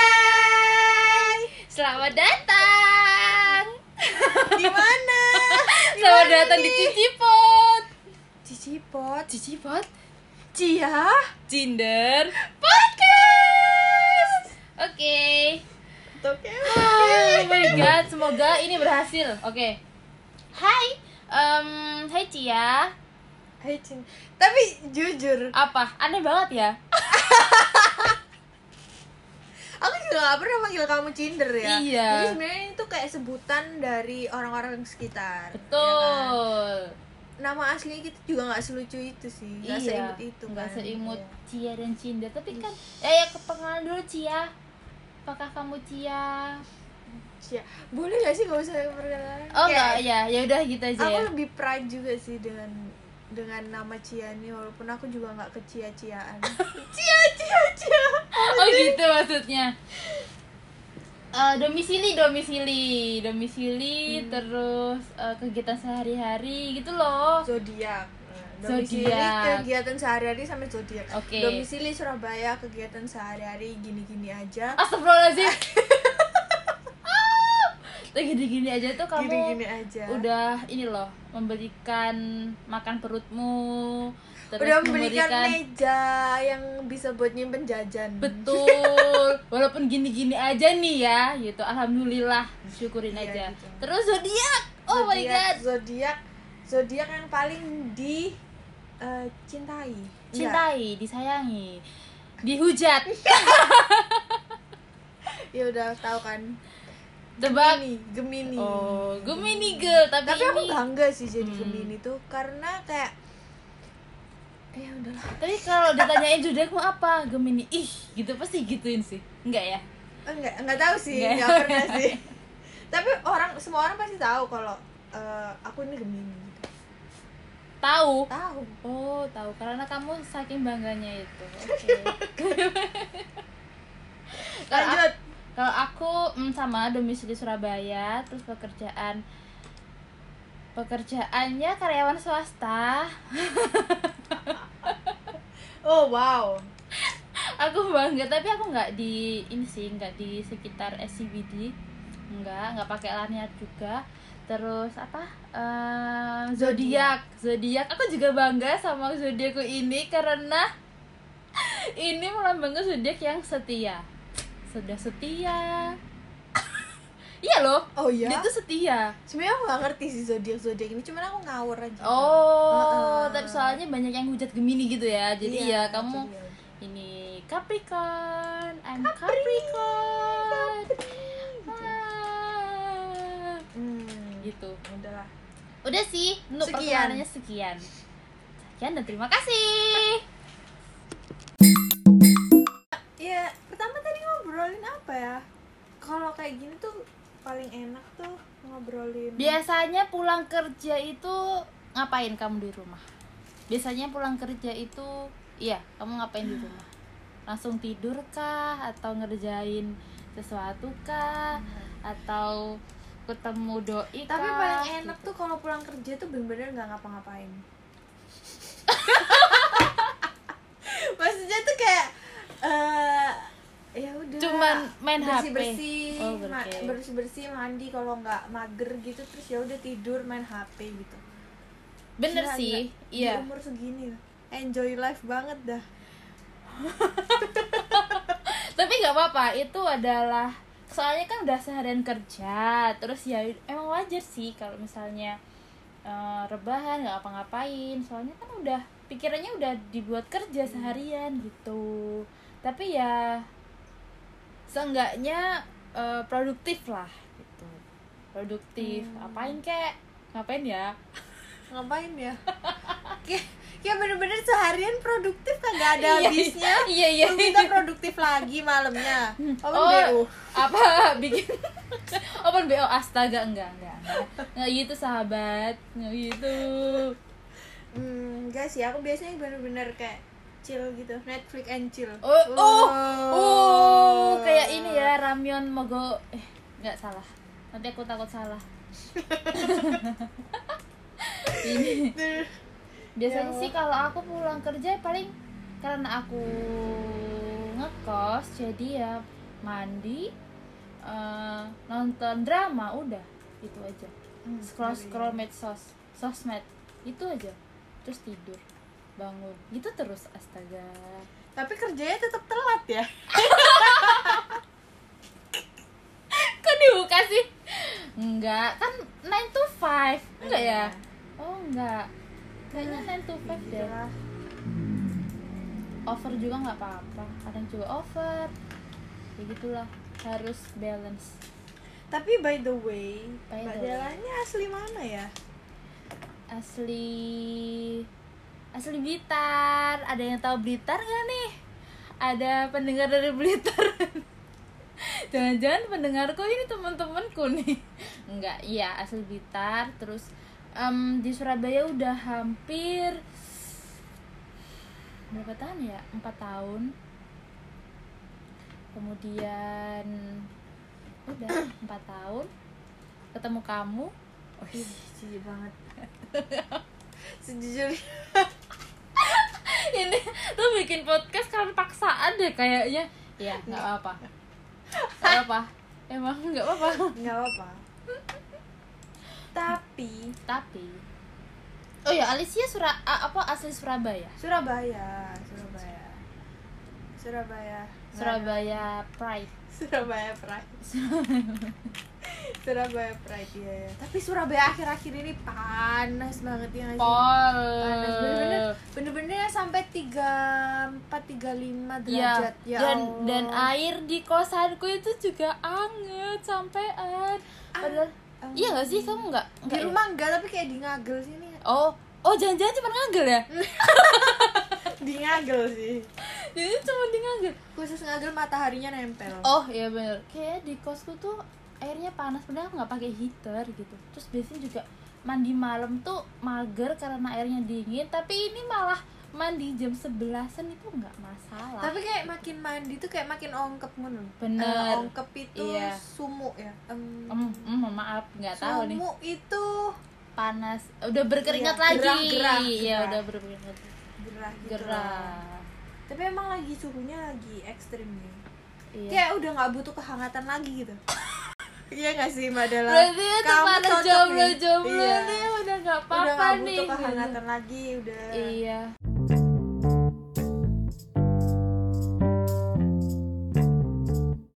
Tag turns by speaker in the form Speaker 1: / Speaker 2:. Speaker 1: Hai, selamat datang.
Speaker 2: Di mana?
Speaker 1: Selamat datang di Cicipot.
Speaker 2: Cicipot,
Speaker 1: Cicipot
Speaker 2: Cia.
Speaker 1: Cinder Podcast. Oke.
Speaker 2: Oke.
Speaker 1: Oh my god, semoga ini berhasil. Oke. Hai. em, hai Cia.
Speaker 2: Hai Cin. Tapi jujur,
Speaker 1: Apa? Aneh banget ya?
Speaker 2: aku juga gak pernah manggil kamu Cinder ya.
Speaker 1: Iya.
Speaker 2: Jadi sebenarnya itu kayak sebutan dari orang-orang sekitar. ya kan?
Speaker 1: Betul.
Speaker 2: Nama aslinya kita juga gak selucu itu sih. Gak seimut itu
Speaker 1: Iya kan? nggak
Speaker 2: kan.
Speaker 1: seimut
Speaker 2: Iya.
Speaker 1: Cia dan Cinder tapi kan eh ya ke pengenalan dulu Cia apakah kamu Cia
Speaker 2: Cia. Iya. Boleh gak sih gak usah perkenalan?
Speaker 1: oh enggak
Speaker 2: Kayak
Speaker 1: ya ya udah gitu aja
Speaker 2: Aku
Speaker 1: ya
Speaker 2: lebih pride juga sih dengan dengan nama Cia ini walaupun aku juga gak kecia-ciaan. Cia, Cia, Cia.
Speaker 1: oh gitu maksudnya Eh, domisili domisili
Speaker 2: Hmm.
Speaker 1: domisili terus eh, kegiatan sehari-hari gitu loh
Speaker 2: zodiak domisili
Speaker 1: Zodiak.
Speaker 2: kegiatan sehari-hari sampai zodiak
Speaker 1: Oke.
Speaker 2: domisili Surabaya kegiatan sehari-hari gini-gini aja
Speaker 1: astagfirullahaladzim Ah. gini-gini aja tuh Oh, kamu
Speaker 2: gini-gini aja
Speaker 1: udah ini loh memberikan makan perutmu terus
Speaker 2: Udah memberikan meja yang bisa buat nyimpen jajan
Speaker 1: betul walaupun gini-gini aja nih ya gitu alhamdulillah syukurin
Speaker 2: Iya,
Speaker 1: aja
Speaker 2: gitu.
Speaker 1: terus zodiak oh my
Speaker 2: Zodiak-
Speaker 1: god
Speaker 2: zodiak zodiak yang paling di eh, cintai Enggak.
Speaker 1: cintai disayangi dihujat
Speaker 2: ya udah tahu kan
Speaker 1: tebak
Speaker 2: ini gemini
Speaker 1: oh gemini girl tapi,
Speaker 2: tapi aku
Speaker 1: ini
Speaker 2: bangga sih jadi
Speaker 1: Hmm.
Speaker 2: gemini tuh karena kayak eh udahlah
Speaker 1: tapi kalau ditanyain zodiakmu apa gemini ih gitu pasti gituin sih enggak ya
Speaker 2: enggak enggak tahu sih
Speaker 1: Enggak.
Speaker 2: enggak, pernah sih tapi orang semua orang pasti tahu kalau eh, aku ini gemini
Speaker 1: tahu
Speaker 2: tahu
Speaker 1: Oh, tahu karena kamu saking bangganya itu. Oke. Kalau aku-
Speaker 2: lanjut
Speaker 1: Kalau aku mm, sama domisili Surabaya, terus pekerjaan pekerjaannya karyawan swasta.
Speaker 2: oh wow
Speaker 1: Aku bangga, tapi aku nggak di ini sih, nggak di sekitar SCBD. Nggak, nggak pakai lanyard juga. Terus apa? Eh, zodiak, zodiak. Aku juga bangga sama zodiakku ini karena ini melambangkan zodiak yang setia. Sudah setia. iya loh.
Speaker 2: oh iya
Speaker 1: Dia tuh setia.
Speaker 2: sebenarnya aku nggak ngerti sih zodiak zodiak ini cuman aku ngawur aja
Speaker 1: Oh,
Speaker 2: Heeh.
Speaker 1: tapi soalnya banyak yang hujat Gemini gitu ya. Jadi
Speaker 2: Iya,
Speaker 1: ya kamu
Speaker 2: zodiak.
Speaker 1: ini Capricorn, I'm Capricorn. Ah,
Speaker 2: hmm, gitu
Speaker 1: gitu.
Speaker 2: udahlah
Speaker 1: Udah sih, untuk
Speaker 2: Sekian.
Speaker 1: perkenalannya sekian. Sekian dan terima kasih.
Speaker 2: ya pertama tadi ngobrolin apa ya kalau kayak gini tuh paling enak tuh ngobrolin
Speaker 1: Biasanya pulang kerja itu ngapain kamu di rumah? Biasanya pulang kerja itu iya, kamu ngapain di rumah? Langsung tidur kah atau ngerjain sesuatu kah atau ketemu doi
Speaker 2: tapi
Speaker 1: kah?
Speaker 2: paling enak tuh kalau pulang kerja tuh bener-bener nggak ngapa-ngapain maksudnya tuh kayak eh ya udah
Speaker 1: Cuman main
Speaker 2: bersih
Speaker 1: HP.
Speaker 2: bersih
Speaker 1: Oh, oke.
Speaker 2: bersih bersih mandi kalau nggak mager gitu terus ya udah tidur main HP gitu
Speaker 1: Bener
Speaker 2: Gila,
Speaker 1: sih.
Speaker 2: gila. Di
Speaker 1: Iya.
Speaker 2: umur segini enjoy life banget dah
Speaker 1: Tapi nggak apa-apa, itu adalah soalnya kan udah seharian kerja, terus ya emang wajar sih kalau misalnya eh, rebahan nggak apa-ngapain, soalnya kan udah pikirannya udah dibuat kerja
Speaker 2: Iya.
Speaker 1: seharian gitu. Tapi ya seenggaknya eh, produktif lah gitu. Produktif,
Speaker 2: Hmm.
Speaker 1: ngapain kek? Ngapain ya?
Speaker 2: ngapain ya kayak kayak bener-bener seharian produktif kagak ada
Speaker 1: Iya,
Speaker 2: habisnya
Speaker 1: Iya iya.
Speaker 2: Terus kita produktif lagi malamnya open BU
Speaker 1: Oh, apa bikin open BO astaga enggak enggak enggak enggak gitu sahabat enggak gitu
Speaker 2: Hmm, enggak sih, aku biasanya bener-bener kayak chill gitu, Netflix and chill.
Speaker 1: oh oh
Speaker 2: Wow.
Speaker 1: oh kayak ini ya ramyeon mogo eh enggak salah nanti aku takut salah
Speaker 2: Gitu.
Speaker 1: ini biasanya sih kalau aku pulang kerja paling karena aku ngekos jadi ya mandi eh, nonton drama udah itu aja scroll scroll medsos sosmed itu aja terus tidur bangun gitu terus astaga
Speaker 2: Tapi kerjanya tetap telat ya.
Speaker 1: kok dibuka sih enggak kan 9 to 5 enggak ya oh enggak kayaknya 9 to 5 deh
Speaker 2: Gitulah.
Speaker 1: over juga nggak apa-apa kadang juga over ya gitulah harus balance
Speaker 2: Tapi by the way,
Speaker 1: By
Speaker 2: Mbak
Speaker 1: the way.
Speaker 2: Delanya asli mana ya?
Speaker 1: asli asli Blitar ada yang tahu Blitar nggak nih ada pendengar dari Blitar jangan-jangan pendengarku ini teman-temanku nih enggak iya asli Blitar terus em, di Surabaya udah hampir berapa tahun ya empat tahun kemudian udah empat tahun ketemu kamu
Speaker 2: Ih, jijik banget. Sejujurnya
Speaker 1: ini tuh bikin podcast karena paksaan deh kayaknya ya
Speaker 2: Iya,
Speaker 1: nggak apa nggak apa emang nggak apa
Speaker 2: nggak apa-apa. Tapi
Speaker 1: tapi oh ya Alicia Sura a- apa asli Surabaya
Speaker 2: Surabaya, Surabaya. Surabaya. Nggak-
Speaker 1: Surabaya Pride
Speaker 2: Surabaya Pride. Surabaya Pride ya, ya. Tapi Surabaya akhir-akhir ini panas banget ya nggak sih?
Speaker 1: Pol
Speaker 2: Panas bener-bener, bener-bener ya sampai tiga empat tiga
Speaker 1: Iya,
Speaker 2: lima derajat ya,
Speaker 1: dan
Speaker 2: Allah.
Speaker 1: dan air di kosanku itu juga anget sampean. Padahal
Speaker 2: Ang-
Speaker 1: iya gak sih kamu nggak
Speaker 2: Ah. di
Speaker 1: nggak ya?
Speaker 2: rumah enggak tapi kayak di ngagel sini
Speaker 1: Oh, oh jangan-jangan cuma ngagel ya?
Speaker 2: di ngagel sih Hmm.
Speaker 1: Jadi cuma di ngagel.
Speaker 2: khusus ngagel mataharinya nempel
Speaker 1: Oh iya bener Kayak di kosku tuh airnya panas padahal aku nggak pakai heater gitu. Terus biasanya juga mandi malam tuh mager karena airnya dingin, tapi ini malah mandi jam 11-an itu nggak masalah.
Speaker 2: tapi kayak makin mandi tuh kayak makin ongkep ngono
Speaker 1: Bener.
Speaker 2: Eh, ongkep itu
Speaker 1: Iya.
Speaker 2: sumuk ya Em,
Speaker 1: Em, em, mohon maaf nggak tahu nih
Speaker 2: sumuk itu
Speaker 1: panas udah berkeringat
Speaker 2: Iya,
Speaker 1: lagi
Speaker 2: gerah, gerah,
Speaker 1: iya
Speaker 2: gerah.
Speaker 1: udah berkeringat
Speaker 2: gerah gitu lah.
Speaker 1: gerah
Speaker 2: tapi emang lagi suhunya lagi ekstrim nih
Speaker 1: iya.
Speaker 2: kayak udah nggak butuh kehangatan lagi gitu iya nggak sih mbak Della
Speaker 1: berarti itu
Speaker 2: Kamu
Speaker 1: pada
Speaker 2: cocok nih.
Speaker 1: jomblo jomblo
Speaker 2: Iya.
Speaker 1: nih udah nggak
Speaker 2: udah
Speaker 1: apa-apa
Speaker 2: nggak
Speaker 1: nih
Speaker 2: butuh
Speaker 1: gitu.
Speaker 2: kehangatan lagi udah
Speaker 1: iya